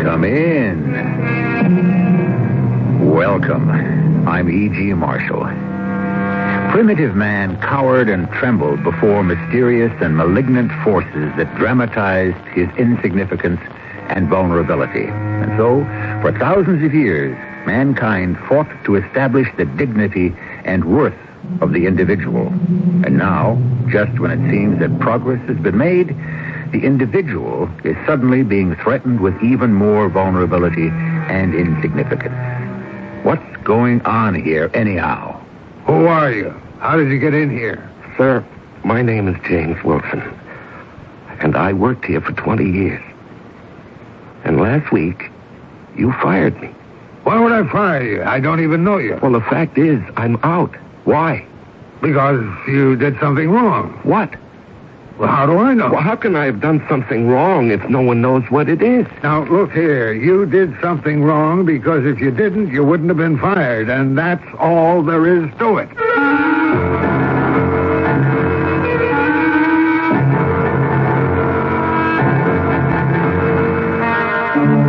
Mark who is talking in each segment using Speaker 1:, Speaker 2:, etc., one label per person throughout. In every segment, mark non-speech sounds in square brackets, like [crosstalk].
Speaker 1: Come in. Welcome. I'm E.G. Marshall. Primitive man cowered and trembled before mysterious and malignant forces that dramatized his insignificance and vulnerability. And so, for thousands of years, mankind fought to establish the dignity and worth of the individual. And now, just when it seems that progress has been made, the individual is suddenly being threatened with even more vulnerability and insignificance. What's going on here, anyhow?
Speaker 2: Who are you? How did you get in here?
Speaker 3: Sir, my name is James Wilson, and I worked here for 20 years. And last week, you fired me.
Speaker 2: Why would I fire you? I don't even know you.
Speaker 3: Well, the fact is, I'm out. Why?
Speaker 2: Because you did something wrong.
Speaker 3: What?
Speaker 2: Well, how do I know?
Speaker 3: Well, how can I have done something wrong if no one knows what it is?
Speaker 2: Now, look here. You did something wrong because if you didn't, you wouldn't have been fired, and that's all there is to it.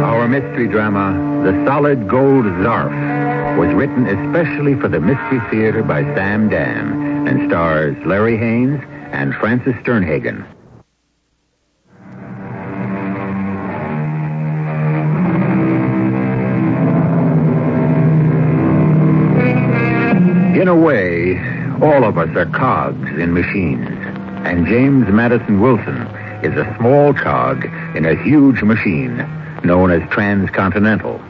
Speaker 1: Our mystery drama, The Solid Gold Zarf, was written especially for the Mystery Theater by Sam Dan and stars Larry Haynes and Francis Sternhagen. In a way, all of us are cogs in machines, and James Madison Wilson is a small cog in a huge machine known as Transcontinental.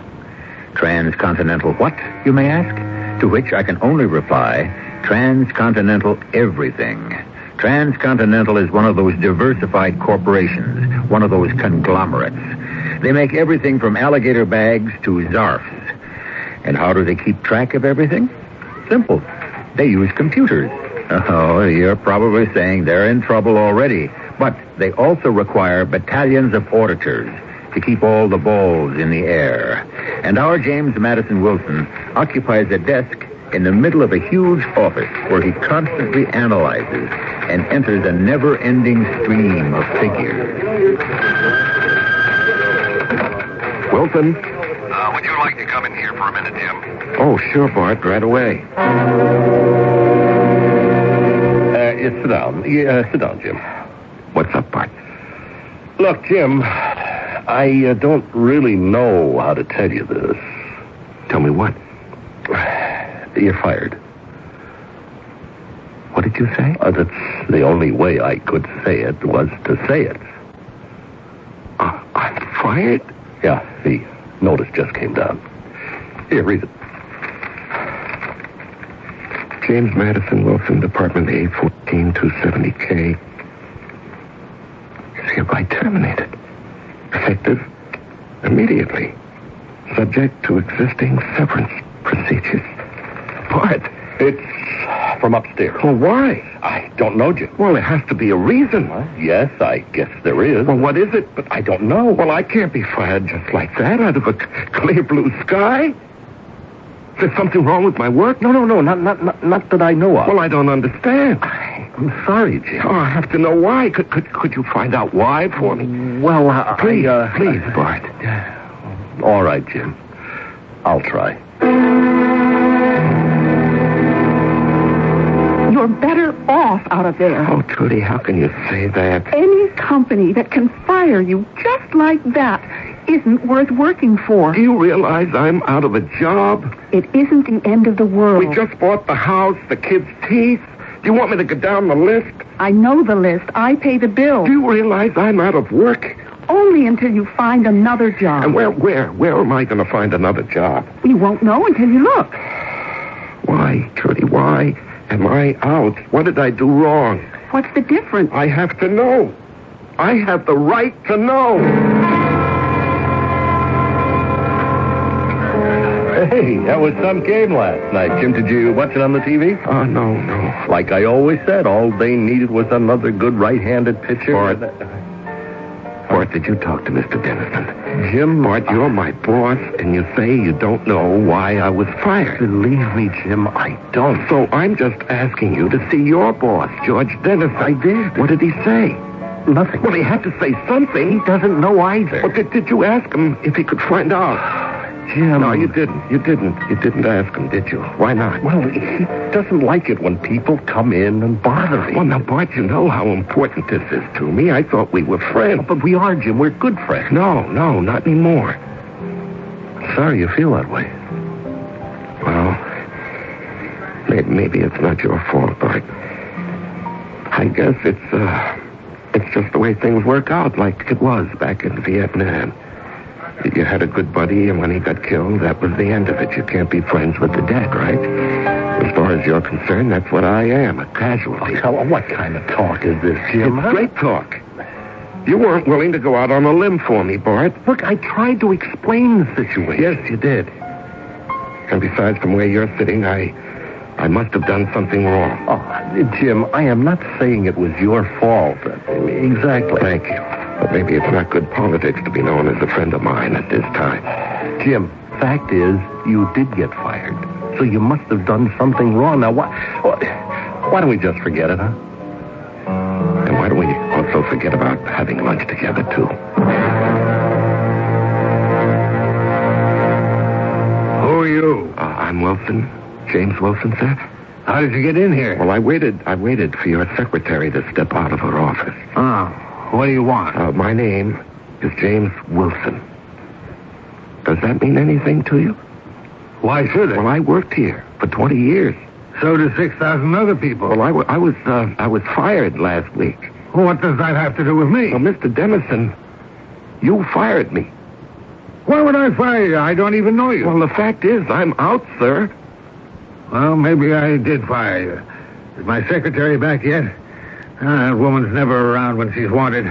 Speaker 1: Transcontinental what, you may ask? To which I can only reply, Transcontinental everything. Transcontinental is one of those diversified corporations, one of those conglomerates. They make everything from alligator bags to zarfs. And how do they keep track of everything? Simple. They use computers. Oh, you're probably saying they're in trouble already. But they also require battalions of auditors to keep all the balls in the air. And our James Madison Wilson occupies a desk in the middle of a huge office where he constantly analyzes and enters a never ending stream of figures.
Speaker 3: Wilson?
Speaker 4: Uh, would you like to come in here for a minute, Jim?
Speaker 3: Oh, sure, Bart, right away.
Speaker 4: Uh, yeah, sit down. Yeah, uh, sit down, Jim.
Speaker 3: What's up, Bart?
Speaker 4: Look, Jim, I uh, don't really know how to tell you this.
Speaker 3: Tell me what?
Speaker 4: [sighs] You're fired.
Speaker 3: What did you say?
Speaker 4: Uh, that's the only way I could say it was to say it.
Speaker 3: Uh, I'm fired?
Speaker 4: Yeah, the notice just came down. Here, read it.
Speaker 3: James Madison Wilson, Department A14270K, is hereby terminated. Effective immediately. Subject to existing severance procedures. Bart,
Speaker 4: It's from upstairs.
Speaker 3: well, why?
Speaker 4: I don't know, Jim.
Speaker 3: Well, there has to be a reason.
Speaker 4: Yes, I guess there is.
Speaker 3: Well, what is it?
Speaker 4: But I don't know.
Speaker 3: Well, I can't be fired just like that out of a c- clear blue sky. There's something wrong with my work?
Speaker 4: No, no, no, not, not, not, not that I know of.
Speaker 3: Well, I don't understand.
Speaker 4: I'm sorry, Jim.
Speaker 3: Oh, I have to know why. Could, could, could you find out why for me?
Speaker 4: Well, uh,
Speaker 3: Please,
Speaker 4: I, uh,
Speaker 3: please, Bart.
Speaker 4: All right, Jim. I'll try.
Speaker 5: You're better off out of there.
Speaker 3: Oh, Trudy, how can you say that?
Speaker 5: Any company that can fire you just like that isn't worth working for.
Speaker 3: Do you realize I'm out of a job?
Speaker 5: It isn't the end of the world.
Speaker 3: We just bought the house, the kids' teeth. Do you want me to go down the list?
Speaker 5: I know the list. I pay the bill.
Speaker 3: Do you realize I'm out of work?
Speaker 5: Only until you find another job.
Speaker 3: And where, where, where am I going to find another job?
Speaker 5: You won't know until you look.
Speaker 3: Why, Trudy, why am I out? What did I do wrong?
Speaker 5: What's the difference?
Speaker 3: I have to know. I have the right to know.
Speaker 4: Hey, that was some game last night, Jim. Did you watch it on the TV?
Speaker 3: Uh,
Speaker 6: Oh, no, no.
Speaker 4: Like I always said, all they needed was another good right-handed pitcher.
Speaker 6: Bart. Bart, did you talk to Mr. Dennison?
Speaker 4: Jim,
Speaker 6: Bart, you're my boss, and you say you don't know why I was fired.
Speaker 4: Believe me, Jim, I don't.
Speaker 6: So I'm just asking you to see your boss, George Dennison. I did. What did he say?
Speaker 4: Nothing.
Speaker 6: Well, he had to say something.
Speaker 4: He doesn't know either.
Speaker 6: Well, did, did you ask him if he could find out?
Speaker 4: Jim.
Speaker 6: No, you didn't. You didn't. You didn't ask him, did you? Why not?
Speaker 4: Well, he doesn't like it when people come in and bother him.
Speaker 6: Well, now, Bart, you know how important this is to me. I thought we were friends.
Speaker 4: But we are, Jim. We're good friends.
Speaker 6: No, no, not anymore.
Speaker 4: Sorry you feel that way.
Speaker 6: Well, may- maybe it's not your fault, but I guess it's uh, it's just the way things work out, like it was back in Vietnam. You had a good buddy, and when he got killed, that was the end of it. You can't be friends with the dead, right? As far as you're concerned, that's what I am—a casualty.
Speaker 4: Oh, what kind of talk is this,
Speaker 6: It's great talk. You weren't willing to go out on a limb for me, Bart.
Speaker 4: Look, I tried to explain the situation.
Speaker 6: Yes, you did. And besides, from where you're sitting, I, I must have done something wrong.
Speaker 4: Oh, Jim, I am not saying it was your fault. Exactly.
Speaker 6: Thank you. But maybe it's not good politics to be known as a friend of mine at this time.
Speaker 4: Jim, fact is, you did get fired. So you must have done something wrong. Now, why, why, why don't we just forget it, huh?
Speaker 6: And why don't we also forget about having lunch together, too?
Speaker 1: Who are you?
Speaker 6: Uh, I'm Wilson. James Wilson, sir.
Speaker 1: How did you get in here?
Speaker 6: Well, I waited. I waited for your secretary to step out of her office.
Speaker 1: Ah, what do you want?
Speaker 6: Uh, my name is James Wilson. Does that mean anything to you?
Speaker 1: Why should it?
Speaker 6: Well, I worked here for 20 years.
Speaker 1: So do 6,000 other people.
Speaker 6: Well, I, wa- I was uh, I was fired last week.
Speaker 1: What does that have to do with me?
Speaker 6: Well, Mr. Dennison, you fired me.
Speaker 1: Why would I fire you? I don't even know you.
Speaker 6: Well, the fact is, I'm out, sir.
Speaker 1: Well, maybe I did fire you. Is my secretary back yet? Ah, that woman's never around when she's wanted.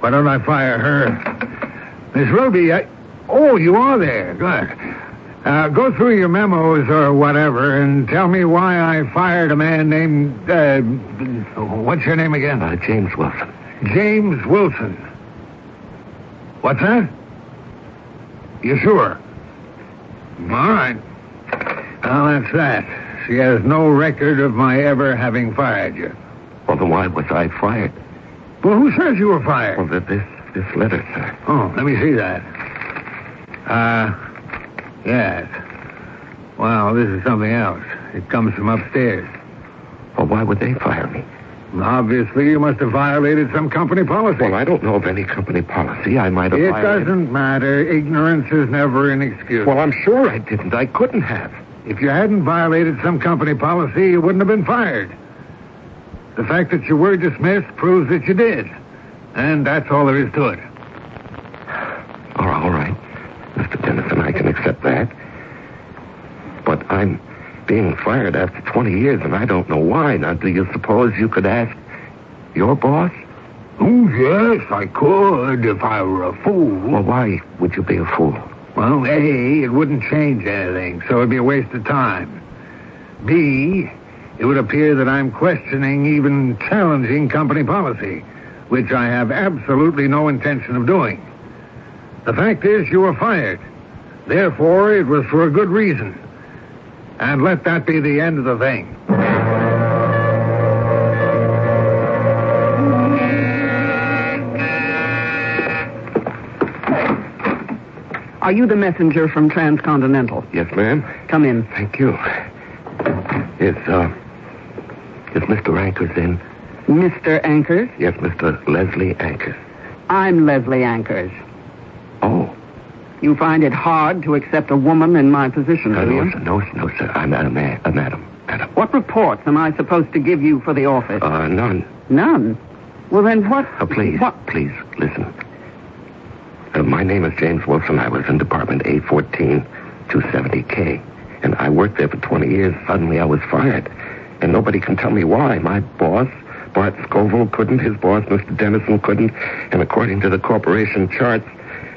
Speaker 1: Why don't I fire her? Miss Ruby, I... Oh, you are there. Good. Uh, go through your memos or whatever and tell me why I fired a man named... Uh, what's your name again?
Speaker 6: Uh, James Wilson.
Speaker 1: James Wilson. What's that? You sure? All right. Well, that's that. She has no record of my ever having fired you.
Speaker 6: Well, then why was I fired?
Speaker 1: Well, who says you were
Speaker 6: Well,
Speaker 1: fired?
Speaker 6: th- this this letter, sir.
Speaker 1: Oh, let me see that. Uh, yes. Wow, this is something else. It comes from upstairs.
Speaker 6: Well, why would they fire me?
Speaker 1: Obviously, you must have violated some company policy.
Speaker 6: Well, I don't know of any company policy. I might have
Speaker 1: it
Speaker 6: violated-
Speaker 1: doesn't matter. Ignorance is never an excuse.
Speaker 6: Well, I'm sure I didn't. I couldn't have.
Speaker 1: If you hadn't violated some company policy, you wouldn't have been fired. The fact that you were dismissed proves that you did. And that's all there is to it.
Speaker 6: All right, Oh, all right. Mr. Dennison, I can accept that. But I'm being fired after 20 years, and I don't know why. Now, do you suppose you could ask your boss?
Speaker 1: Oh, yes, I could if I were a
Speaker 6: Well,
Speaker 1: fool.
Speaker 6: why would you be a fool?
Speaker 1: Well, A, it wouldn't change anything, so it'd be a waste of time. B, it would appear that I'm questioning, even challenging company policy, which I have absolutely no intention of doing. The fact is, you were fired. Therefore, it was for a good reason. And let that be the end of the thing.
Speaker 5: Are you the messenger from Transcontinental?
Speaker 6: Yes, ma'am.
Speaker 5: Come in.
Speaker 6: Thank you. Is, uh, is Mr. Anchors in?
Speaker 5: Mr. Anchors?
Speaker 6: Yes, Mr. Leslie Anchors.
Speaker 5: I'm Leslie Anchors.
Speaker 6: Oh,
Speaker 5: You find it hard to accept a woman in my position,
Speaker 6: no,
Speaker 5: do
Speaker 6: no,
Speaker 5: you?
Speaker 6: sir, no, no, sir. I'm not a man, a madam, madam.
Speaker 5: What reports am I supposed to give you for the office?
Speaker 6: Uh, none.
Speaker 5: None. Well, then what?
Speaker 6: Uh, please,
Speaker 5: What?
Speaker 6: please, listen. Uh, my name is James Wilson. I was in Department A14 270K, and I worked there for 20 years. Suddenly, I was fired, and nobody can tell me why. My boss, Bart Scoville, couldn't. His boss, Mr. Dennison, couldn't. And according to the corporation charts,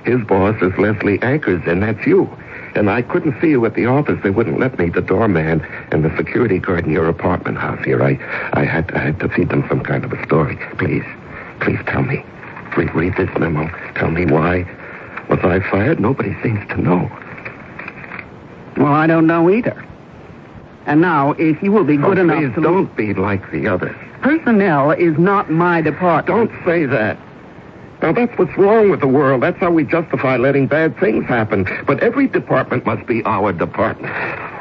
Speaker 6: his boss is Leslie Anchors, and that's you. and I couldn't see you at the office. They wouldn't let me, the doorman and the security guard in your apartment house here. I, I, had, I had to feed them some kind of a story. Please, please tell me. Please read this memo. Tell me why was I fired? Nobody seems to know.
Speaker 7: Well, I don't know either. And now, if you will be good
Speaker 6: Oh,
Speaker 7: enough
Speaker 6: please
Speaker 7: to
Speaker 6: don't be like the others.
Speaker 7: personnel is not my department.
Speaker 6: Don't say that. Now, that's what's wrong with the world. That's how we justify letting bad things happen. But every department must be our department.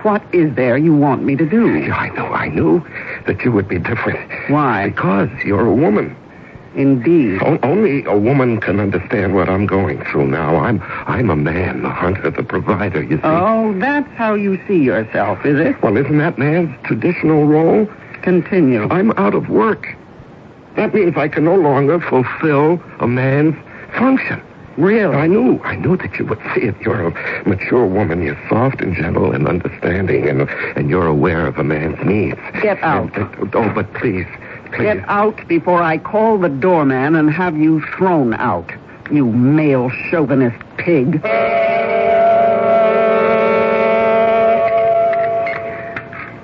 Speaker 7: What is there you want me to do?
Speaker 6: I know, I knew that you would be different.
Speaker 7: Why?
Speaker 6: Because you're a woman.
Speaker 7: Indeed.
Speaker 6: O- only a woman can understand what I'm going through now. I'm, I'm a man, the hunter, the provider, you see.
Speaker 7: Oh, that's how you see yourself, is it?
Speaker 6: Well, isn't that man's traditional role?
Speaker 7: Continue.
Speaker 6: I'm out of work. That means I can no longer fulfill a man's function.
Speaker 7: Really?
Speaker 6: I knew, I knew that you would see it. You're a mature woman. You're soft and gentle and understanding, and and you're aware of a man's needs.
Speaker 7: Get out.
Speaker 6: And- and- oh, but please, please.
Speaker 7: Get out before I call the doorman and have you thrown out. You male chauvinist pig.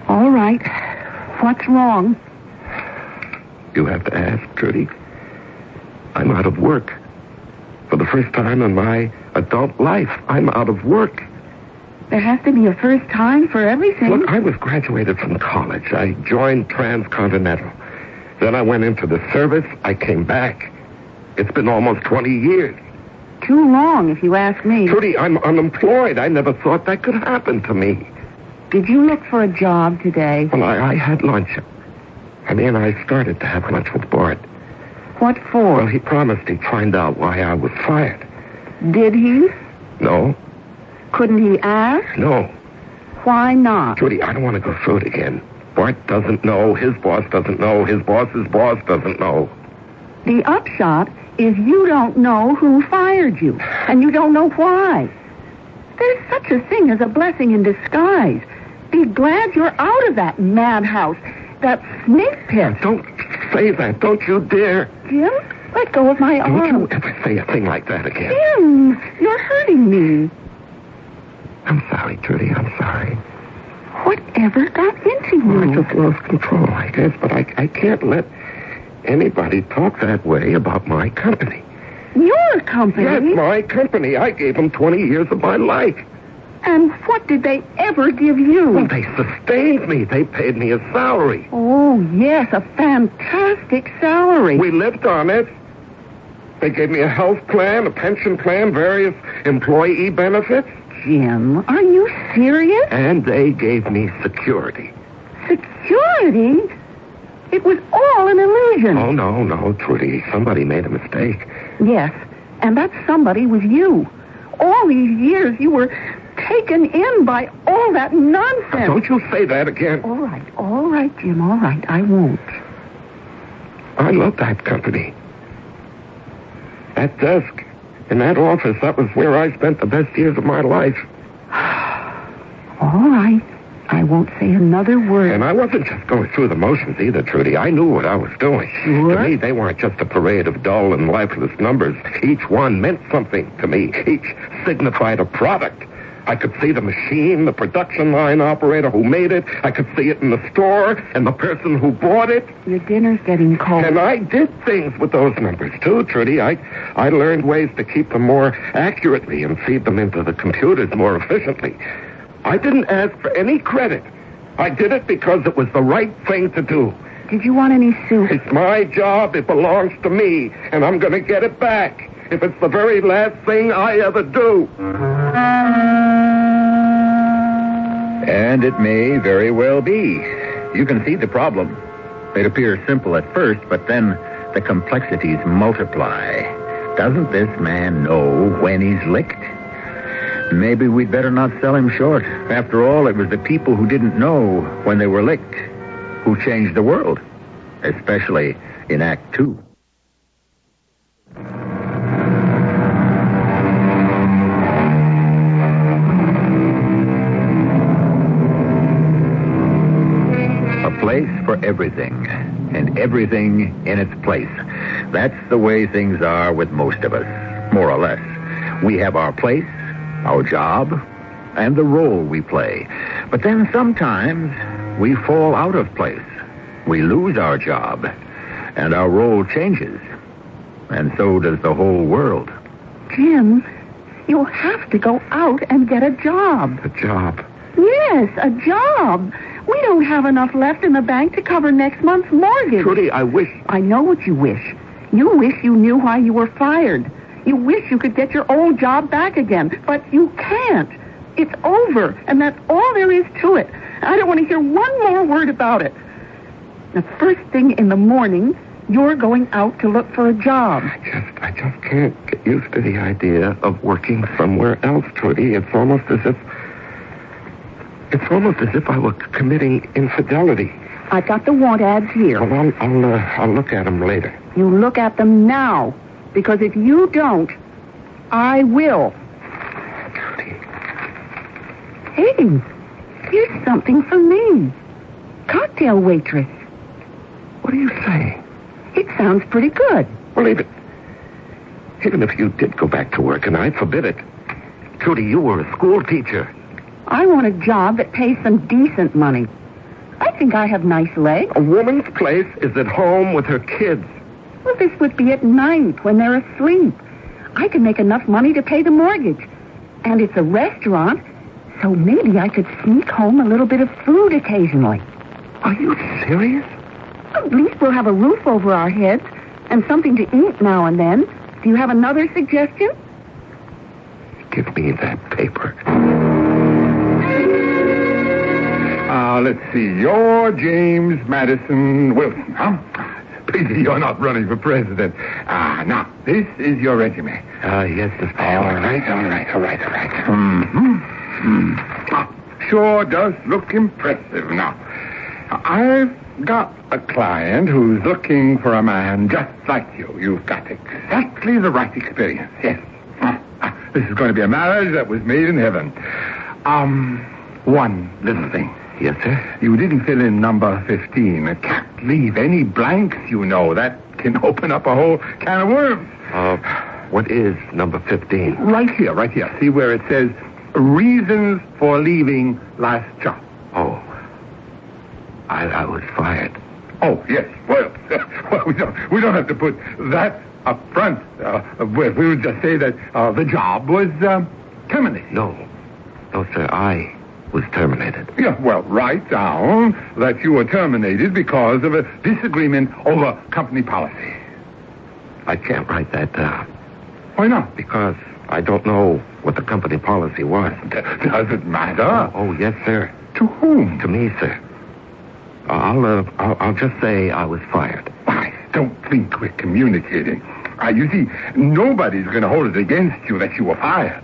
Speaker 5: All right. What's wrong?
Speaker 6: You have to ask, Trudy. I'm out of work. For the first time in my adult life, I'm out of work.
Speaker 5: There has to be a first time for everything.
Speaker 6: Look, I was graduated from college. I joined Transcontinental. Then I went into the service. I came back. It's been almost 20 years.
Speaker 5: Too long, if you ask me.
Speaker 6: Trudy, I'm unemployed. I never thought that could happen to me.
Speaker 5: Did you look for a job today?
Speaker 6: Well, I, I had lunch. I mean, I started to have lunch with Bart.
Speaker 5: What
Speaker 6: Well,
Speaker 5: for?
Speaker 6: he promised he'd find out why I was fired.
Speaker 5: Did he?
Speaker 6: No,
Speaker 5: Couldn't he ask?
Speaker 6: no.
Speaker 5: Why not?
Speaker 6: Trudy, I don't want to go through it again. Bart doesn't know. His boss doesn't know. His boss's boss doesn't know.
Speaker 5: The upshot is you don't know who fired you, and you don't know why. There's such a thing as a blessing in disguise. Be glad you're out of that madhouse, that snake pit.
Speaker 6: Don't say that. Don't you dare.
Speaker 5: Jim, let go of my
Speaker 6: Don't you
Speaker 5: arm.
Speaker 6: ever say a thing like that again.
Speaker 5: Jim, you're hurting me.
Speaker 6: I'm sorry, Trudy. I'm sorry.
Speaker 5: Whatever got into
Speaker 6: Well, I
Speaker 5: you?
Speaker 6: just lost control, I guess, but I, I can't let anybody talk that way about my company.
Speaker 5: Your company?
Speaker 6: Yes, my company. I gave them 20 years of my life.
Speaker 5: And what did they ever give you?
Speaker 6: Well, they sustained me. They paid me a salary.
Speaker 5: Oh, yes, a fantastic salary.
Speaker 6: We lived on it. They gave me a health plan, a pension plan, various employee benefits,
Speaker 5: Jim, are you serious?
Speaker 6: and they gave me security.
Speaker 5: Security? It was all an illusion.
Speaker 6: Oh, no, no, Trudy. Somebody made a mistake.
Speaker 5: Yes, and that somebody was you. All these years you were taken in by all that nonsense.
Speaker 6: Don't you say that again.
Speaker 5: All right, all right, Jim, all right, I won't.
Speaker 6: I love that company. That desk in that office, that was where I spent the best years of my life.
Speaker 5: All right, I won't say another word.
Speaker 6: And I wasn't just going through the motions either, Trudy. I knew what I was doing.
Speaker 5: Sure.
Speaker 6: To me, they weren't just a parade of dull and lifeless numbers. Each one meant something to me. Each signified a product. I could see the machine, the production line operator who made it. I could see it in the store and the person who bought it.
Speaker 5: Your dinner's getting cold.
Speaker 6: And I did things with those numbers too, Trudy. I, I learned ways to keep them more accurately and feed them into the computers more efficiently. I didn't ask for any credit. I did it because it was the right thing to do.
Speaker 5: Did you want any soup?
Speaker 6: It's my job. It belongs to me, and I'm going to get it back if it's the very last thing I ever do.
Speaker 8: And it may very well be. You can see the problem. It appears simple at first, but then the complexities multiply. Doesn't this man know when he's licked? Maybe we'd better not sell him short. After all, it was the people who didn't know when they were licked who changed the world, especially in Act Two. A place for everything, and everything in its place. That's the way things are with most of us, more or less. We have our place, our job, and the role we play. But then sometimes we fall out of place. We lose our job, and our role changes. And so does the whole world.
Speaker 5: Jim, you have to go out and get a job.
Speaker 6: A job.
Speaker 5: Yes, a job. We don't have enough left in the bank to cover next month's mortgage.
Speaker 6: Trudy, I wish.
Speaker 5: I know what you wish. You wish you knew why you were fired. You wish you could get your old job back again, but you can't. It's over, and that's all there is to it. I don't want to hear one more word about it. The first thing in the morning, you're going out to look for a job.
Speaker 6: I just, I just can't get used to the idea of working somewhere else, Trudy. It's almost as if, it's almost as if I were committing infidelity.
Speaker 5: I've got the want ads here.
Speaker 6: Well, I'll, I'll, uh, I'll look at them later.
Speaker 5: You look at them now, because if you don't, I will.
Speaker 6: Trudy,
Speaker 5: Hey, here's something for me. Cocktail waitress.
Speaker 6: what do you say?
Speaker 5: It sounds pretty good.
Speaker 6: Well, even, even if you did go back to work, and I forbid it, Trudy, you were a school teacher.
Speaker 5: I want a job that pays some decent money. I think I have nice legs.
Speaker 6: A woman's place is at home with her kids.
Speaker 5: Well, this would be at night when they're asleep. I can make enough money to pay the mortgage. And it's a restaurant, so maybe I could sneak home a little bit of food occasionally.
Speaker 6: Are you serious?
Speaker 5: At least we'll have a roof over our heads and something to eat now and then. Do you have another suggestion?
Speaker 6: Give me that paper.
Speaker 1: Uh, let's see. You're James Madison Wilson, huh? [laughs] Pity you're not running for president. Ah, now, this is your resume.
Speaker 6: Ah, yes, Mr.
Speaker 1: All right, all right, all right, all right. Mm-hmm. Mm. Ah, Sure does look impressive now. I've got a client who's looking for a man just like you. You've got exactly the right experience, yes. Ah, ah, This is going to be a marriage that was made in heaven. Um, one little thing.
Speaker 6: Yes, sir.
Speaker 1: You didn't fill in number 15. I can't leave any blanks, you know. That can open up a whole can of worms.
Speaker 6: Uh, what is number 15?
Speaker 1: Right here, right here. See where it says reasons for leaving last job.
Speaker 6: Oh, I, I was fired.
Speaker 1: Oh, yes. Well, [laughs] well we, don't, we don't have to put that up front. Uh, we we would just say that uh, the job was um, terminated.
Speaker 6: No. No, sir, I was terminated.
Speaker 1: Yeah, well, write down that you were terminated because of a disagreement over company policy.
Speaker 6: I can't write that down
Speaker 1: Why not?
Speaker 6: because I don't know what the company policy was.
Speaker 1: D- does it matter?
Speaker 6: Oh, yes, sir.
Speaker 1: To whom?
Speaker 6: To me, sir. I'll, uh, I'll, I'll just say I was fired.
Speaker 1: I don't think we're communicating. Uh, you see, nobody's going to hold it against you that you were fired.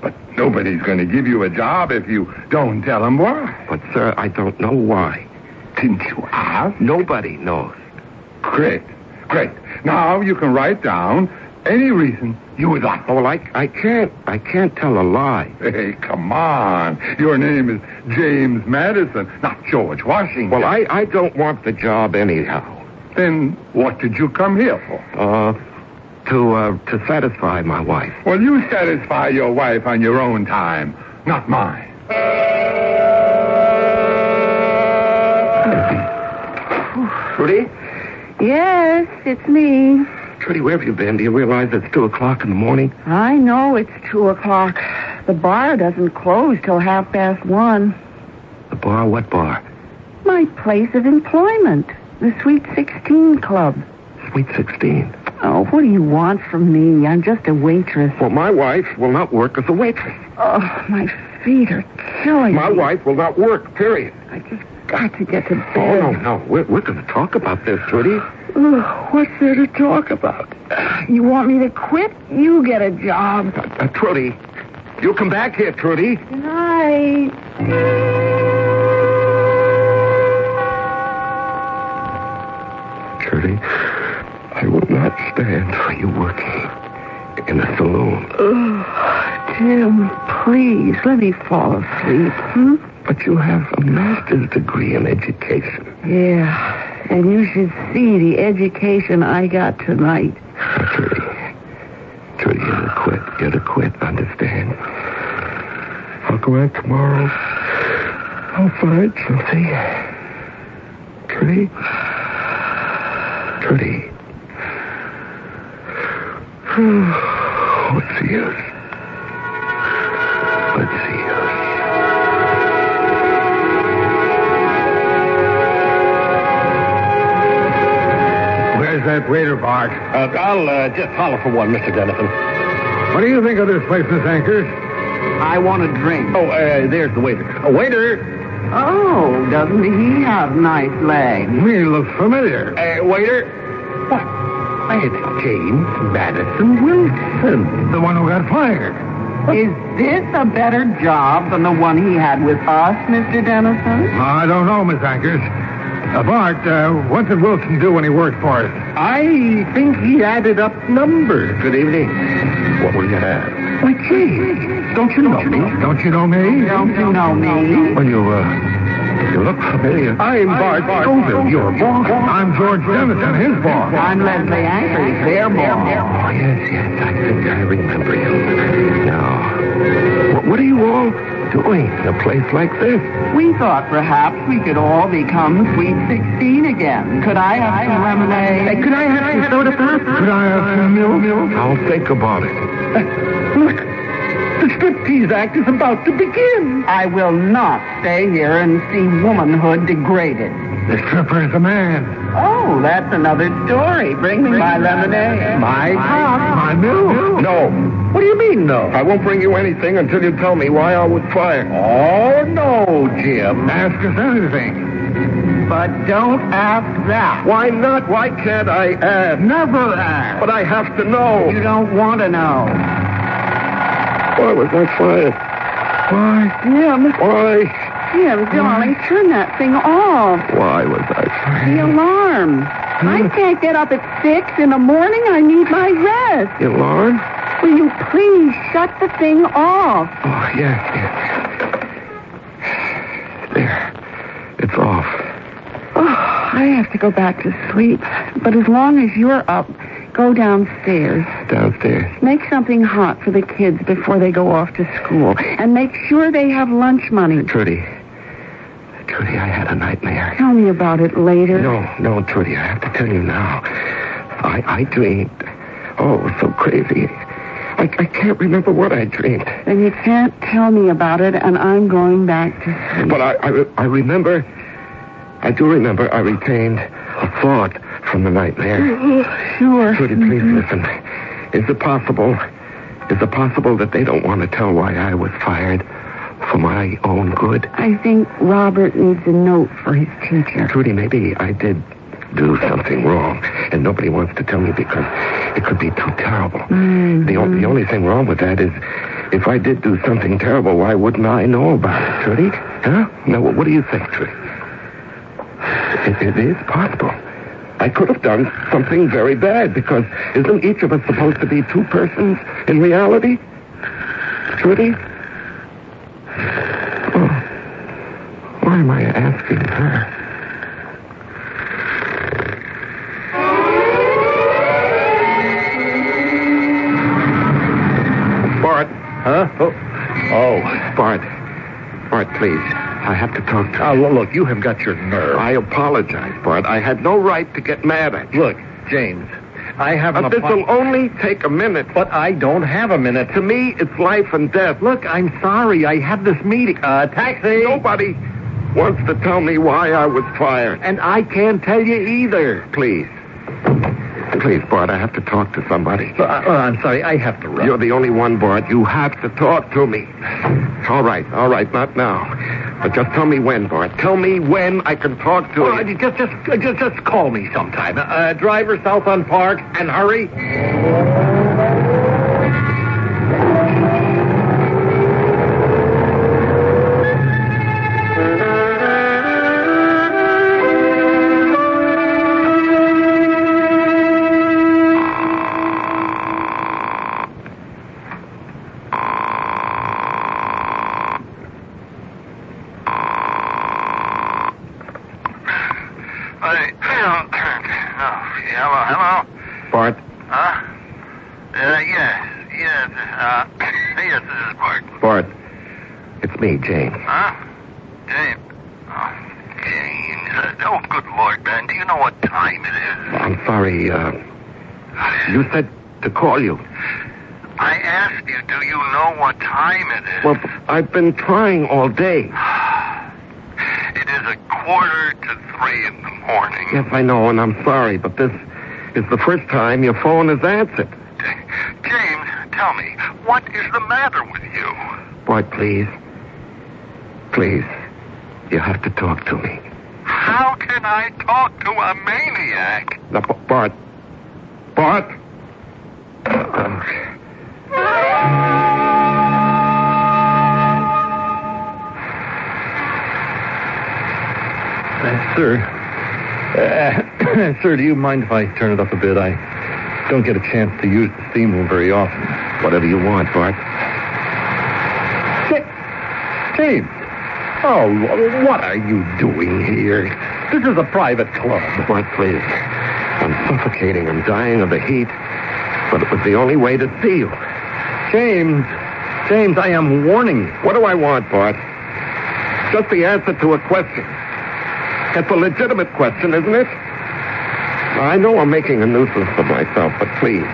Speaker 1: But nobody's going to give you a job if you don't tell them why.
Speaker 6: But, sir, I don't know why.
Speaker 1: Didn't you ask?
Speaker 6: Nobody knows.
Speaker 1: Great. Great. Now you can write down any reason you would like.
Speaker 6: Oh, well, I, I can't. I can't tell a lie.
Speaker 1: Hey, come on. Your name is James Madison, not George Washington.
Speaker 6: Well, I, I don't want the job anyhow.
Speaker 1: Then what did you come here for?
Speaker 6: Uh, to, uh, to satisfy my wife.
Speaker 1: Well, you satisfy your wife on your own time, not mine.
Speaker 6: Trudy?
Speaker 5: Yes, it's me.
Speaker 6: Trudy, where have you been? Do you realize it's 2 o'clock in the morning?
Speaker 5: I know it's two o'clock. The bar doesn't close till half past one.
Speaker 6: The bar? What bar?
Speaker 5: My place of employment, the Sweet 16 Club.
Speaker 6: Sweet 16.
Speaker 5: Oh, what do you want from me? I'm just a waitress.
Speaker 6: Well, my wife will not work as a waitress.
Speaker 5: Oh, my feet are killing
Speaker 6: My
Speaker 5: me.
Speaker 6: wife will not work, period.
Speaker 5: I just got to get to bed.
Speaker 6: Oh, no, no. We're, we're going to talk about this, Trudy.
Speaker 5: Ugh, what's there to talk about? You want me to quit? You get a job.
Speaker 6: Uh, uh, Trudy, you come back here, Trudy.
Speaker 5: Good night.
Speaker 6: Trudy, I will not stand for you working in a saloon.
Speaker 5: Ugh, Tim, please, let me fall asleep. Hmm?
Speaker 6: But you have a master's degree in education.
Speaker 5: Yeah, and you should see the education I got tonight.
Speaker 6: Now, Trudy, Trudy, you're to quit. You're to quit. Understand? I'll go out tomorrow. I'll find something. Trudy? Trudy. [sighs] What's the use? What's the use?
Speaker 1: Where's that waiter, Bart?
Speaker 4: Uh, I'll uh, just holler for one, Mr. Dennison.
Speaker 1: What do you think of this place, Miss Anchors?
Speaker 7: I want a drink.
Speaker 4: Oh, uh, there's the waiter. Uh, waiter!
Speaker 7: Oh, doesn't he have nice legs?
Speaker 1: We look familiar.
Speaker 4: Uh, waiter!
Speaker 6: What? It's James Madison Wilson.
Speaker 1: The one who got fired.
Speaker 7: Is this a better job than the one he had with us, Mr. Dennison?
Speaker 1: I don't know, Miss Anchors. Uh, Bart, uh, what did Wilson do when he worked for us?
Speaker 6: I think he added up numbers.
Speaker 4: Good evening.
Speaker 6: What will you have? Why, James, don't you know me?
Speaker 1: Don't you know me?
Speaker 7: Don't you know me?
Speaker 6: Well, you, uh, you look familiar. I'm Bart Scoville, your boss.
Speaker 1: I'm George Dennison, his boss.
Speaker 7: I'm Leslie Anchors, their boss.
Speaker 6: Oh, yes, yes, I think I remember you. Now, what, what are you all doing in a place like this?
Speaker 7: We thought perhaps we could all become Sweet 16 again. Could I have some lemonade? could I have some soda pop?
Speaker 1: Could I have some milk?
Speaker 6: I'll think about it.
Speaker 7: Look, the striptease act is about to begin. I will not stay here and see womanhood degraded.
Speaker 1: The stripper is a man.
Speaker 7: Oh, that's another story. Bring me my lemonade.
Speaker 1: My pop. My milk.
Speaker 4: No,
Speaker 7: What do you mean, no?
Speaker 4: I won't bring you anything until you tell me why I was fired. Oh, no, Jim.
Speaker 1: Ask us anything.
Speaker 7: But don't ask that.
Speaker 4: Why not? Why can't I ask?
Speaker 7: Never ask.
Speaker 4: But I have to know.
Speaker 7: You don't want to know.
Speaker 6: Why was I fired?
Speaker 1: Why?
Speaker 5: Jim,
Speaker 6: Why?
Speaker 5: Jim,
Speaker 7: Mm.
Speaker 5: darling, turn that thing off.
Speaker 6: Why was I
Speaker 5: The
Speaker 6: fired?
Speaker 5: alarm. I can't get up at six in the morning. I need my rest.
Speaker 6: You, Lauren?
Speaker 5: Will you please shut the thing off?
Speaker 6: Oh, yes, yes. There. It's off.
Speaker 5: Oh, I have to go back to sleep. But as long as you're up, go downstairs.
Speaker 6: Downstairs.
Speaker 5: Make something hot for the kids before they go off to school. And make sure they have lunch money.
Speaker 6: Trudy. Trudy, I had a nightmare.
Speaker 5: Tell me about it later.
Speaker 6: No, no, Trudy, I have to tell you now. I, I dreamed. Oh, it was so crazy. I, I can't remember what I dreamed.
Speaker 5: Then you can't tell me about it, and I'm going back to sleep.
Speaker 6: But I, I, re- I remember. I do remember I retained a thought from the nightmare.
Speaker 5: Sure.
Speaker 6: Trudy, please listen. Is it possible? Is it possible that they don't want to tell why I was fired for my own good?
Speaker 5: I think Robert needs a note for his teacher.
Speaker 6: Trudy, maybe I did do something wrong, and nobody wants to tell me because it could be too terrible. The, o- the only thing wrong with that is if I did do something terrible, why wouldn't I know about it, Trudy? Huh? Now, what do you think, Trudy? It, it is possible. I could have done something very bad because isn't each of us supposed to be two persons in reality? Trudy? Oh, why am I asking her?
Speaker 4: Bart. Huh? Oh. Oh.
Speaker 6: Bart. Bart, please. I have to talk to you.
Speaker 4: Now, lo- Ah, look, you have got your nerve.
Speaker 6: I apologize, Bart. I had no right to get mad at you.
Speaker 4: Look, James, I have an
Speaker 6: But this will
Speaker 4: apo-
Speaker 6: only take a minute.
Speaker 4: But I don't have a minute.
Speaker 6: To me, it's life and death.
Speaker 4: Look, I'm sorry. I have this meeting. Uh, taxi.
Speaker 6: Nobody wants to tell me why I was fired.
Speaker 4: And I can't tell you either.
Speaker 6: Please. Please, Bart, I have to talk to somebody.
Speaker 4: Uh, uh, I'm sorry. I have to run.
Speaker 6: You're the only one, Bart. You have to talk to me. All right, all right, not now. But just tell me when, Bart. Tell me when I can talk to
Speaker 4: Uh,
Speaker 6: you.
Speaker 4: just, just, uh, just, just call me sometime. Uh, Uh, driver south on Park, and hurry.
Speaker 1: Oh, hello, hello.
Speaker 6: Bart,
Speaker 1: Huh?
Speaker 9: [coughs]
Speaker 1: Uh, yes, yes. Uh, yes, this is Bart.
Speaker 6: Bart, it's me, James.
Speaker 9: Huh? Dave. Oh, James. Oh, good Lord, Ben. Do you know what time it is?
Speaker 6: I'm sorry. Uh, you said to call you.
Speaker 9: I asked you, do you know what time it is?
Speaker 6: Well, I've been trying all day.
Speaker 9: It is a quarter to three in the morning.
Speaker 6: Yes, I know, and I'm sorry, but this is the first time your phone has answered.
Speaker 9: James, tell me, what is the matter with you?
Speaker 6: Boy, please. Please. You have to talk to me.
Speaker 9: How can I talk to a maniac?
Speaker 6: Now, B- Bart. Bart?
Speaker 4: Uh, sir. Uh, [coughs] sir, do you mind if I turn it up a bit? I don't get a chance to use the steam room very often.
Speaker 6: Whatever you want, Bart.
Speaker 4: James! Oh, what are you doing here? This is a private club.
Speaker 6: Bart, please. I'm suffocating. I'm dying of the heat. But it was the only way to see you.
Speaker 4: James, James, I am warning you.
Speaker 6: What do I want, Bart? Just the answer to a question. It's a legitimate question, isn't it? I know I'm making a nuisance of myself, but please.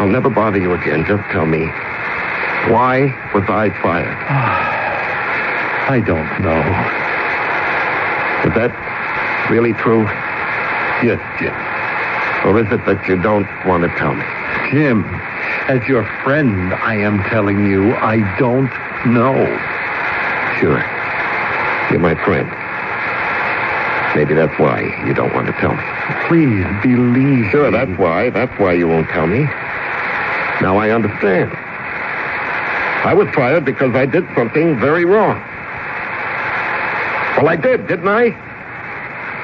Speaker 6: I'll never bother you again. Just tell me, why was I [sighs] fired?
Speaker 4: I don't know.
Speaker 6: Is that really true?
Speaker 4: Yes, Jim.
Speaker 6: Or is it that you don't want to tell me?
Speaker 4: Jim, as your friend, I am telling you, I don't know.
Speaker 6: Sure. You're my friend. Maybe that's why you don't want to tell me.
Speaker 4: Please believe
Speaker 6: Sure,
Speaker 4: me.
Speaker 6: that's why. That's why you won't tell me. Now I understand. I was fired because I did something very wrong. Well, I did, didn't I?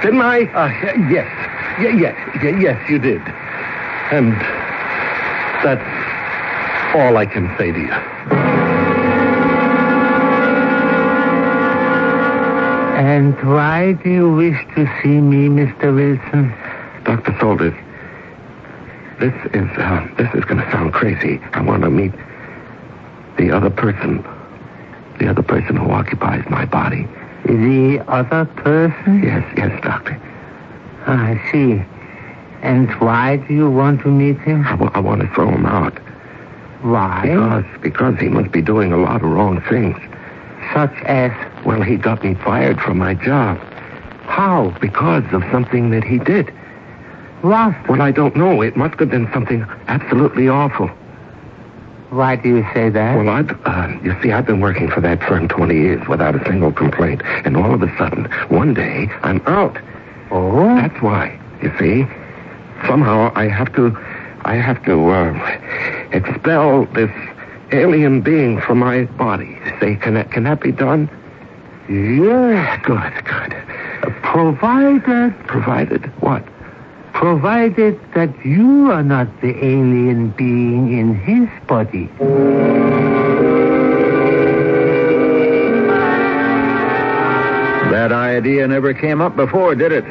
Speaker 6: Didn't I?
Speaker 4: Uh, yes. Yeah, yes. Yeah, yes, you did. And that's all I can say to you.
Speaker 10: And why do you wish to see me, Mr. Wilson?
Speaker 6: Dr. Soltis, this is, uh, this is going to sound crazy. I want to meet the other person. The other person who occupies my body. Hmm?
Speaker 10: The other person?
Speaker 6: Yes, yes, Doctor.
Speaker 10: I see. And why do you want to meet him?
Speaker 6: I want to throw him out.
Speaker 10: Why?
Speaker 6: Because, because he must be doing a lot of wrong things.
Speaker 10: Such as.
Speaker 6: Well, he got me fired from my job. How? Because of something that he did.
Speaker 10: What?
Speaker 6: Well, I don't know. It must have been something absolutely awful.
Speaker 10: Why do you say that?
Speaker 6: Well, I've, uh, you see, I've been working for that firm 20 years without a single complaint. And all of a sudden, one day, I'm out.
Speaker 10: oh?
Speaker 6: That's why, you see. Somehow I have to, I have to, uh, expel this alien being from my body. Say, can that, can that be done? Yeah. Good, good.
Speaker 10: provided,
Speaker 6: Provided what?
Speaker 10: provided that you are not the alien being in his body.
Speaker 8: That idea never came up before, did it?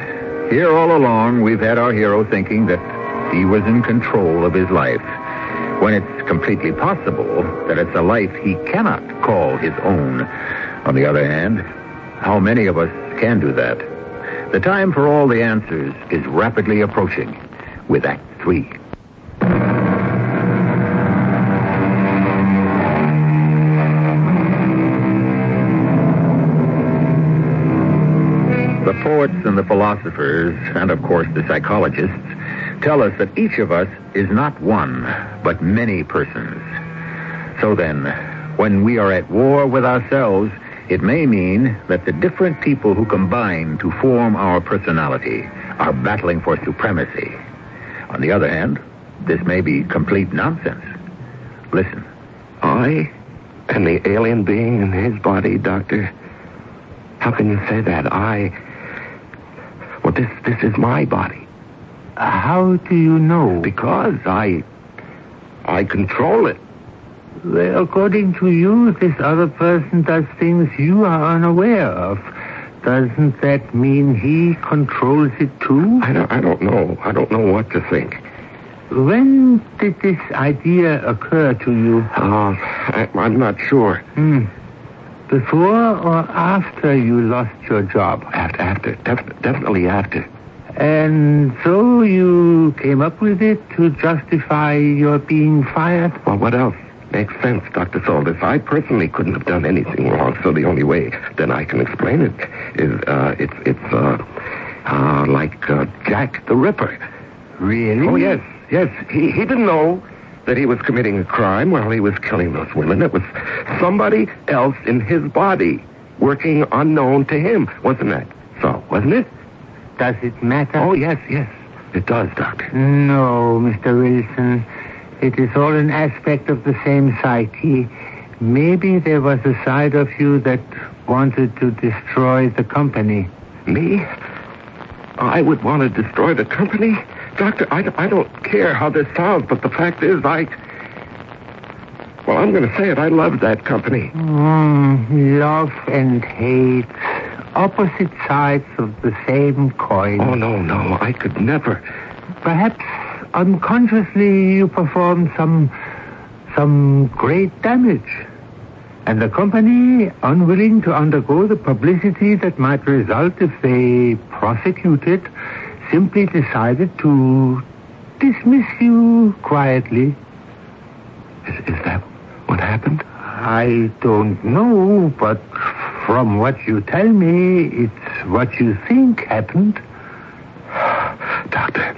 Speaker 8: Here all along, we've had our hero thinking that he was in control of his life, when it's completely possible that it's a life he cannot call his own. On the other hand, how many of us can do that? The time for all the answers is rapidly approaching with Act Three. The poets and the philosophers, and of course the psychologists, tell us that each of us is not one, but many persons. So then, when we are at war with ourselves, it may mean that the different people who combine to form our personality are battling for supremacy. On the other hand, this may be complete nonsense. Listen.
Speaker 6: I and the alien being in his body, Doctor. How can you say that? I. Well, this this is my body
Speaker 10: How do you know?
Speaker 6: because I. I control it.
Speaker 10: Well, according to you, this other person does things you are unaware of. Doesn't that mean he controls it too?
Speaker 6: I don't. I don't know. I don't know what to think.
Speaker 10: When did this idea occur to you?
Speaker 6: Uh, I, Ah, I'm not sure.
Speaker 10: Hmm.
Speaker 1: Before or after you lost your job?
Speaker 6: After, after, def- definitely after.
Speaker 1: And so you came up with it to justify your being fired?
Speaker 6: Well, what else? Makes sense, Dr. Saunders. I personally couldn't have done anything wrong, so the only way that I can explain it is, uh, it's, it's, uh, uh, like, uh, Jack the Ripper.
Speaker 11: Really?
Speaker 6: Oh, yes, yes. He, he didn't know that he was committing a crime while he was killing those women. It was somebody else in his body working unknown to him, wasn't that? So, wasn't it?
Speaker 1: Does it matter?
Speaker 6: Oh, yes, yes. It does, Doctor.
Speaker 1: No, Mr. Wilson. It is all an aspect of the same psyche. Maybe there was a side of you that wanted to destroy the company.
Speaker 6: Me? I would want to destroy the company? Doctor, I, I don't care how this sounds, but the fact is, I. Well, I'm going to say it. I love that company.
Speaker 1: Mm, love and hate, opposite sides of the same coin.
Speaker 6: Oh, no, no. I could never.
Speaker 1: Perhaps unconsciously you performed some some great damage. And the company, unwilling to undergo the publicity that might result if they prosecuted, simply decided to dismiss you quietly.
Speaker 6: Is, is that what happened?
Speaker 1: I don't know, but from what you tell me, it's what you think happened.
Speaker 6: [sighs] Doctor.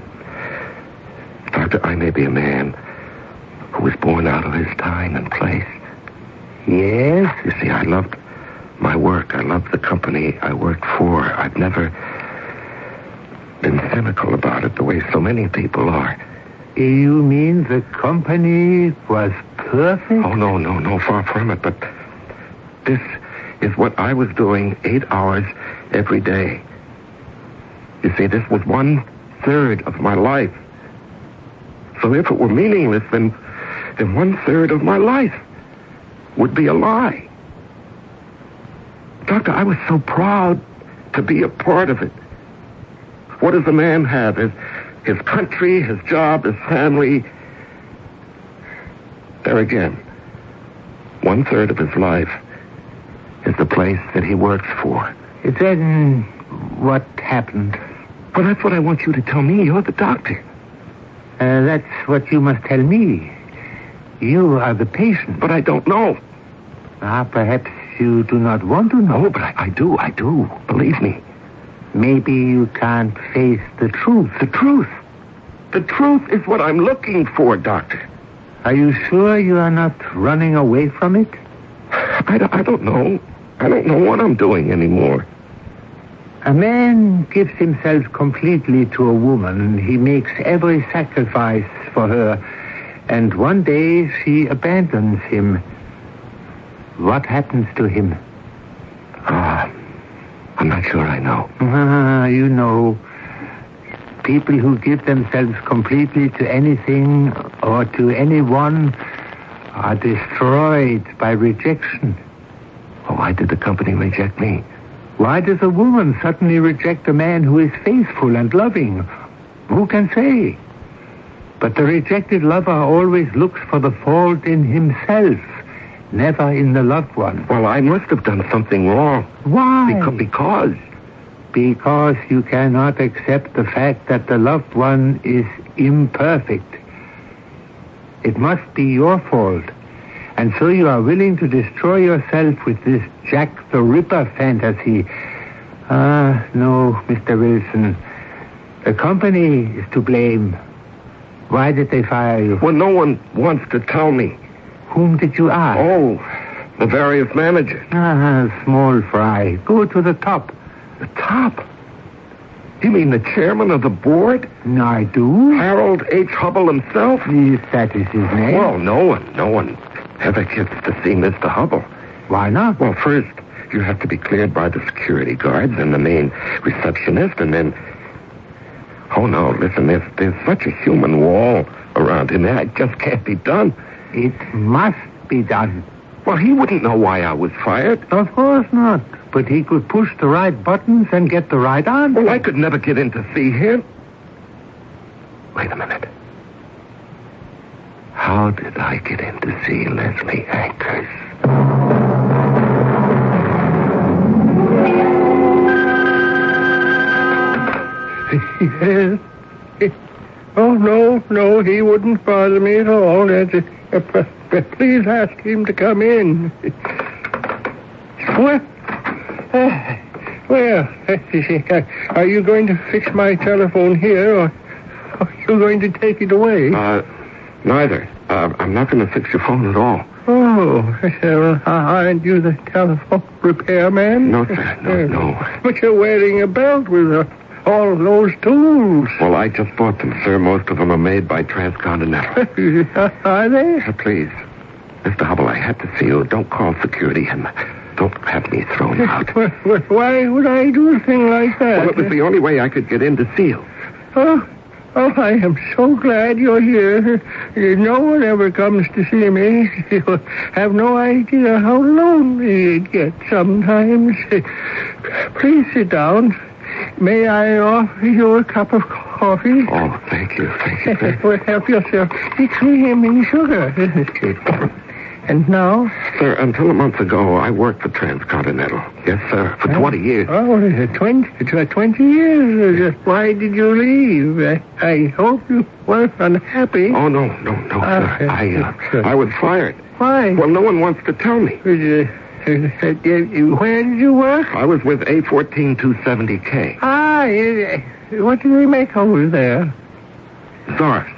Speaker 6: Doctor, I may be a man who was born out of his time and place.
Speaker 1: Yes?
Speaker 6: You see, I loved my work. I loved the company I worked for. I've never been cynical about it the way so many people are.
Speaker 1: You mean the company was perfect?
Speaker 6: Oh, no, no, no, far from it. But this is what I was doing eight hours every day. You see, this was one third of my life. So if it were meaningless, then, then one third of my life would be a lie. Doctor, I was so proud to be a part of it. What does a man have? His, his country, his job, his family. There again, one third of his life is the place that he works for.
Speaker 1: Then Mm, what happened?
Speaker 6: Well, that's what I want you to tell me. You're the doctor.
Speaker 1: Uh, that's what you must tell me. You are the patient.
Speaker 6: But I don't know.
Speaker 1: Ah, perhaps you do not want to know.
Speaker 6: No, but I, I do. I do. Believe me.
Speaker 1: Maybe you can't face the truth.
Speaker 6: The truth. The truth is what I'm looking for, Doctor.
Speaker 1: Are you sure you are not running away from it?
Speaker 6: I, don't- I don't know. I don't know what I'm doing anymore.
Speaker 1: A man gives himself completely to a woman. He makes every sacrifice for her. And one day she abandons him. What happens to him?
Speaker 6: Ah, I'm not sure I know.
Speaker 1: Ah, you know, people who give themselves completely to anything or to anyone are destroyed by rejection.
Speaker 6: Oh, why did the company reject me?
Speaker 1: Why does a woman suddenly reject a man who is faithful and loving? Who can say? But the rejected lover always looks for the fault in himself, never in the loved one.
Speaker 6: Well, I must have done something wrong.
Speaker 1: Why?
Speaker 6: Beca- Because.
Speaker 1: Because you cannot accept the fact that the loved one is imperfect. It must be your fault. And so you are willing to destroy yourself with this Jack the Ripper fantasy. Ah, no, Mr. Wilson. The company is to blame. Why did they fire you?
Speaker 6: Well, no one wants to tell me.
Speaker 1: Whom did you ask?
Speaker 6: Oh, the various managers.
Speaker 1: Ah, small fry. Go to the top.
Speaker 6: The top. You mean the chairman of the board?
Speaker 1: I do.
Speaker 6: Harold H. Hubble himself?
Speaker 1: Yes, that is his name.
Speaker 6: Well, no one, no one ever gets to see Mr. Hubble.
Speaker 1: Why not?
Speaker 6: Well, first, you have to be cleared by the security guards and the main receptionist, and then. Oh, no, listen, there's, there's such a human wall around him. It just can't be done.
Speaker 1: It must be done.
Speaker 6: Well, he wouldn't know why I was fired.
Speaker 1: Of course not. But he could push the right buttons and get the right answer.
Speaker 6: Well, I could never get in to see him. Wait a minute. How did I get in to see Leslie Anchors?
Speaker 1: Yes. Oh, no, no, he wouldn't bother me at all. That's it. Uh, p- p- Please ask him to come in. [laughs] Well, uh, well, uh, are you going to fix my telephone here, or are you going to take it away?
Speaker 6: Uh, neither. Uh, I'm not going to fix your phone at all.
Speaker 1: Oh, well, aren't you the telephone repairman?
Speaker 6: No, sir. No, no.
Speaker 1: But you're wearing a belt with uh, all those tools.
Speaker 6: Well, I just bought them, sir. Most of them are made by Transcontinental. [laughs]
Speaker 1: [laughs] Are they?
Speaker 6: Uh, Please, Mr. Hubble, I had to see you. Don't call security and don't have me [laughs] thrown out.
Speaker 1: Well, well, Why would I do a thing like that?
Speaker 6: Well, it was the only way I could get in to see you.
Speaker 1: Oh, oh, I am so glad you're here. No one ever comes to see me. [laughs] You have no idea how lonely it gets sometimes. [laughs] Please sit down. May I offer you a cup of coffee?
Speaker 6: Oh, thank you,
Speaker 1: [laughs]
Speaker 6: thank
Speaker 1: well, help yourself. It's cream and sugar. and now?
Speaker 6: Sir, until a month ago, I worked for Transcontinental. Yes, sir, for 20 years.
Speaker 1: Oh, uh, 20, uh, 20 years. Uh, Why did you leave? I, I hope you weren't unhappy.
Speaker 6: Oh, no, no, no, sir. I, uh, I was fired.
Speaker 1: Why? Uh,
Speaker 6: Well, no one wants to tell me.
Speaker 1: Where did you work?
Speaker 6: I was with A14270K.
Speaker 1: Ah, eh, eh, what do they make over there?
Speaker 6: Zarf.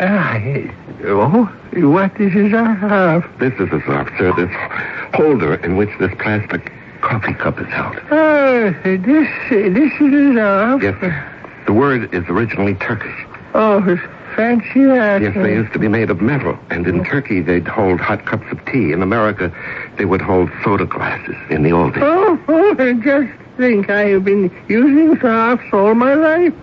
Speaker 1: Ah, eh, oh, what is Ah, a Zarf?
Speaker 6: This is a Zarf, sir. This holder in which this plastic coffee cup is held.
Speaker 1: Ah, this, this is a Zarf.
Speaker 6: Yes, sir. The word is originally Turkish.
Speaker 1: Oh, fancy that.
Speaker 6: Yes, they used to be made of metal, and in Turkey they'd hold hot cups of tea. In America, they would hold soda glasses in the old days.
Speaker 1: Oh, oh, just think, I have been using Zarfs all my life.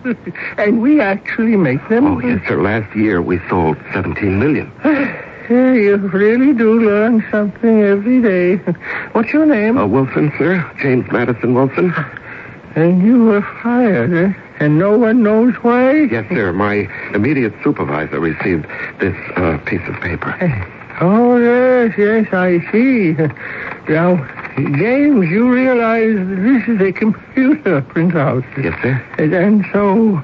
Speaker 1: [laughs] and we actually make them.
Speaker 6: Oh, yes, sir. Last year we sold 17 million.
Speaker 1: Yeah, you really do learn something every day. [laughs] What's your name?
Speaker 6: Uh, Wilson, sir. James Madison [laughs] Wilson.
Speaker 1: And you were fired, eh? And no one knows why?
Speaker 6: Yes, sir. My immediate supervisor received this uh, piece of paper.
Speaker 1: [laughs] Oh, yes, yes, I see. Now, James, you realize that this is a computer [laughs] printout.
Speaker 6: Yes, sir.
Speaker 1: And, and so,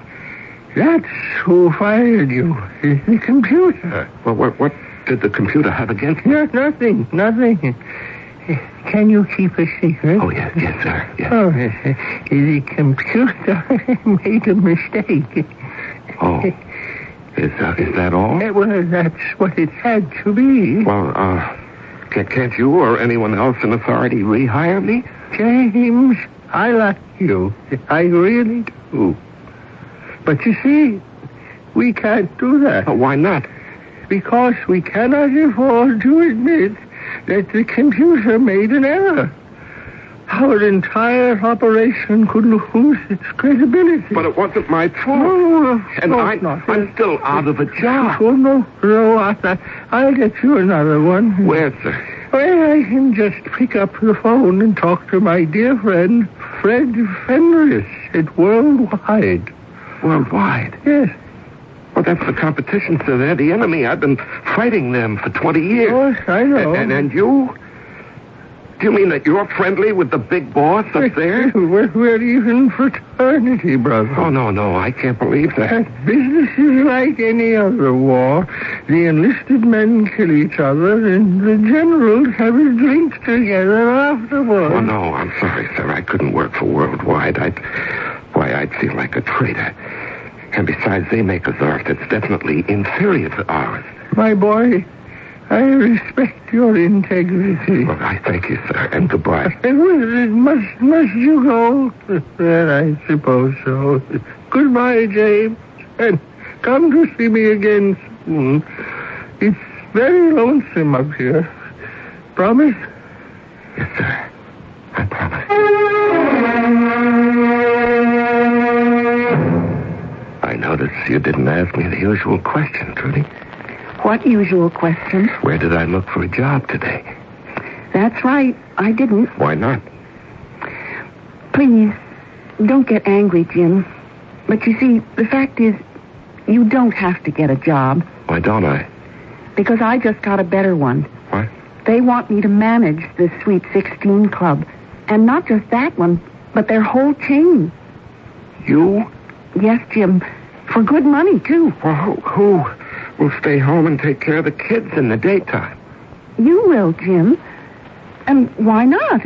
Speaker 1: that's who fired you, [laughs] is the computer.
Speaker 6: Well, what, what did the computer have against me?
Speaker 1: No, nothing, nothing. Can you keep a secret?
Speaker 6: Oh, yes, yes, sir. Yes.
Speaker 1: Oh, the computer [laughs] made a mistake.
Speaker 6: Oh. Is, uh, is that all?
Speaker 1: Eh, Well, that's what it had to be.
Speaker 6: Well, uh, ca- can't you or anyone else in authority rehire me?
Speaker 1: James, I like you. I really do. But you see, we can't do that.
Speaker 6: Uh, why not?
Speaker 1: Because we cannot afford to admit that the computer made an error. Our entire operation could lose its credibility.
Speaker 6: But uh, it wasn't my fault.
Speaker 1: No, of
Speaker 6: and
Speaker 1: course
Speaker 6: I,
Speaker 1: not.
Speaker 6: I'm still out of a job.
Speaker 1: Oh, no, no, I, I'll get you another one.
Speaker 6: Where, sir?
Speaker 1: Well, I can just pick up the phone and talk to my dear friend, Fred Fenris at Worldwide.
Speaker 6: Worldwide.
Speaker 1: Yes.
Speaker 6: Well, that's the competition, sir. They're the enemy. I've been fighting them for 20 years.
Speaker 1: Yes, I know.
Speaker 6: A- And, and you? Do you mean that you're friendly with the big boss up there?
Speaker 1: We're, we're even fraternity, brother.
Speaker 6: Oh, no, no. I can't believe that.
Speaker 1: That business is like any other war. The enlisted men kill each other, and the generals have a drink together afterwards.
Speaker 6: Oh, no. I'm sorry, sir. I couldn't work for Worldwide. I'd, why, I'd feel like a traitor. And besides, they make a art that's definitely inferior to ours.
Speaker 1: My boy, I respect your integrity.
Speaker 6: Well, I thank you, sir, and goodbye.
Speaker 1: And with it, must, must you [laughs] go? Well, I suppose so. [laughs] Goodbye, James. And come to see me again soon. It's very lonesome up here. Promise?
Speaker 6: Yes, sir. I promise. I notice you didn't ask me the usual question, Trudy.
Speaker 5: What usual question?
Speaker 6: Where did I look for a job today?
Speaker 5: That's right. I didn't.
Speaker 6: Why not?
Speaker 5: Please, don't get angry, Jim. But you see, the fact is, you don't have to get a job
Speaker 6: Why don't I?
Speaker 5: because I just got a better one.
Speaker 6: What?
Speaker 5: They want me to manage the Sweet 16 Club. And not just that one, but their whole chain.
Speaker 6: You
Speaker 5: Yes, Jim. For good money, too.
Speaker 6: Well, who, who will stay home and take care of the kids in the daytime?
Speaker 5: You will, Jim. And why not?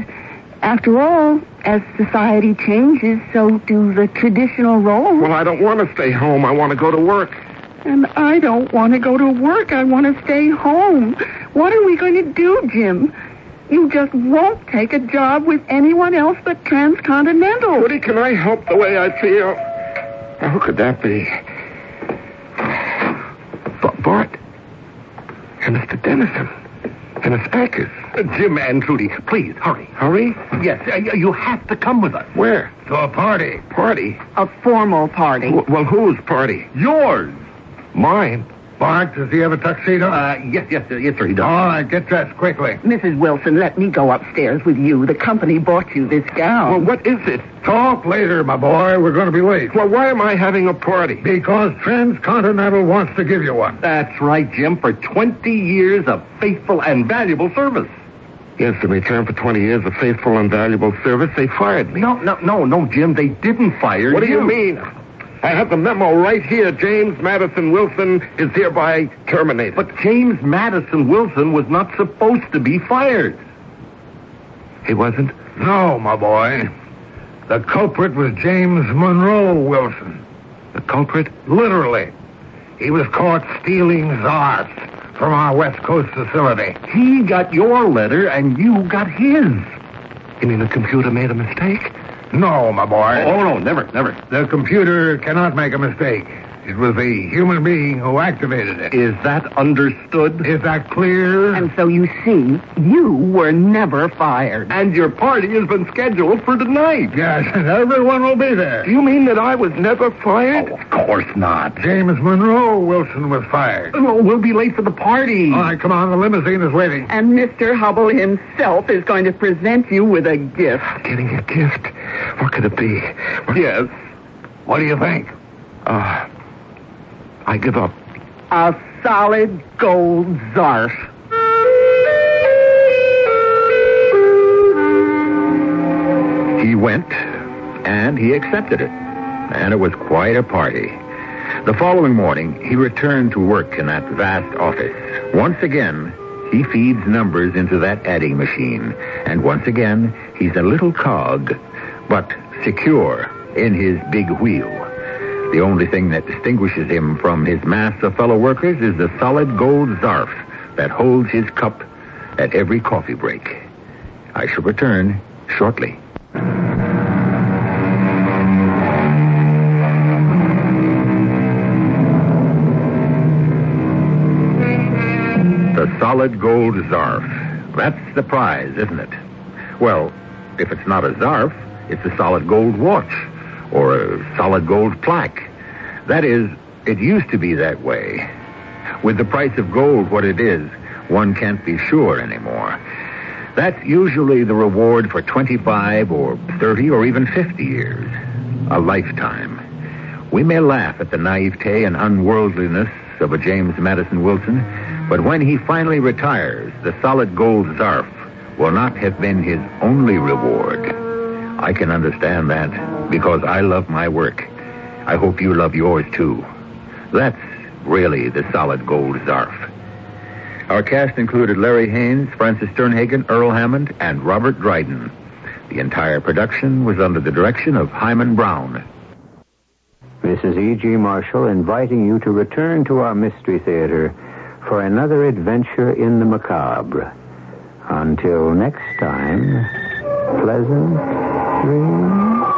Speaker 5: After all, as society changes, so do the traditional roles.
Speaker 6: Well, I don't want to stay home. I want to go to work.
Speaker 5: And I don't want to go to work. I want to stay home. What are we going to do, Jim? You just won't take a job with anyone else but Transcontinental.
Speaker 6: Woody, can I help the way I feel? How could that be? B- Bart and Mr. Dennison and Miss Ackers.
Speaker 12: Uh, Jim and Trudy, please hurry.
Speaker 6: Hurry?
Speaker 12: Yes, uh, y- you have to come with us.
Speaker 6: Where?
Speaker 12: To a party.
Speaker 6: Party?
Speaker 13: A formal party.
Speaker 6: W- well, whose party?
Speaker 12: Yours.
Speaker 6: Mine.
Speaker 14: Bart, does he have a tuxedo?
Speaker 12: Uh, yes, yes, yes, sir, he does.
Speaker 14: All right, get dressed quickly.
Speaker 13: Mrs. Wilson, let me go upstairs with you. The company bought you this gown.
Speaker 6: Well, what is it?
Speaker 14: Talk later, my boy. We're going to be late.
Speaker 6: Well, why am I having a party?
Speaker 14: Because Transcontinental wants to give you one.
Speaker 12: That's right, Jim, for 20 years of faithful and valuable service.
Speaker 6: Yes, in return for 20 years of faithful and valuable service, they fired me.
Speaker 12: No, no, no, no, Jim, they didn't fire
Speaker 6: What do you mean? I have the memo right here. James Madison Wilson is hereby terminated.
Speaker 12: But James Madison Wilson was not supposed to be fired.
Speaker 6: he wasn't.
Speaker 14: No, my boy. The culprit was James Monroe Wilson.
Speaker 6: The culprit?
Speaker 14: Literally. He was caught stealing czars from our West Coast facility.
Speaker 12: He got your letter and you got his.
Speaker 6: You mean the computer made a mistake?
Speaker 14: No, my boy.
Speaker 12: Oh, no, never, never.
Speaker 14: The computer cannot make a mistake. It was the human being who activated it.
Speaker 12: Is that understood?
Speaker 14: Is that clear?
Speaker 13: And so you see, you were never fired.
Speaker 12: And your party has been scheduled for tonight.
Speaker 14: yes, and everyone will be there.
Speaker 6: Do you mean that I was never fired?
Speaker 12: Oh, of course not.
Speaker 14: James Monroe Wilson was fired.
Speaker 13: Oh,
Speaker 12: Well, we'll be late for the party.
Speaker 14: All right, come on. The limousine is waiting.
Speaker 13: And Mr. Hubble himself is going to present you with a gift.
Speaker 6: Getting a gift? What could it be? What-
Speaker 12: Yes.
Speaker 14: What do you think?
Speaker 6: Uh, I give up.
Speaker 13: A solid gold zarf.
Speaker 1: He went, and he accepted it. And it was quite a party. The following morning, he returned to work in that vast office. Once again, he feeds numbers into that adding machine. And once again, he's a little cog, but secure in his big wheel. The only thing that distinguishes him from his mass of fellow workers is the solid gold zarf that holds his cup at every coffee break. I shall return shortly. The solid gold zarf. That's the prize, isn't it? Well, if it's not a zarf, it's a solid gold watch or a solid gold plaque. That is, it used to be that way. With the price of gold what it is, one can't be sure anymore. That's usually the reward for 25 or 30 or even 50 years, a lifetime. We may laugh at the naivete and unworldliness of a James Madison Wilson, but when he finally retires, the solid gold zarf will not have been his only reward. I can understand that because I love my work. I hope you love yours too. That's really the solid gold zarf. Our cast included Larry Haynes, Francis Sternhagen, Earl Hammond, and Robert Dryden. The entire production was under the direction of Hyman Brown.
Speaker 15: Mrs. E.G. E Marshall inviting you to return to our Mystery Theater for another adventure in the macabre. Until next time, pleasant dreams.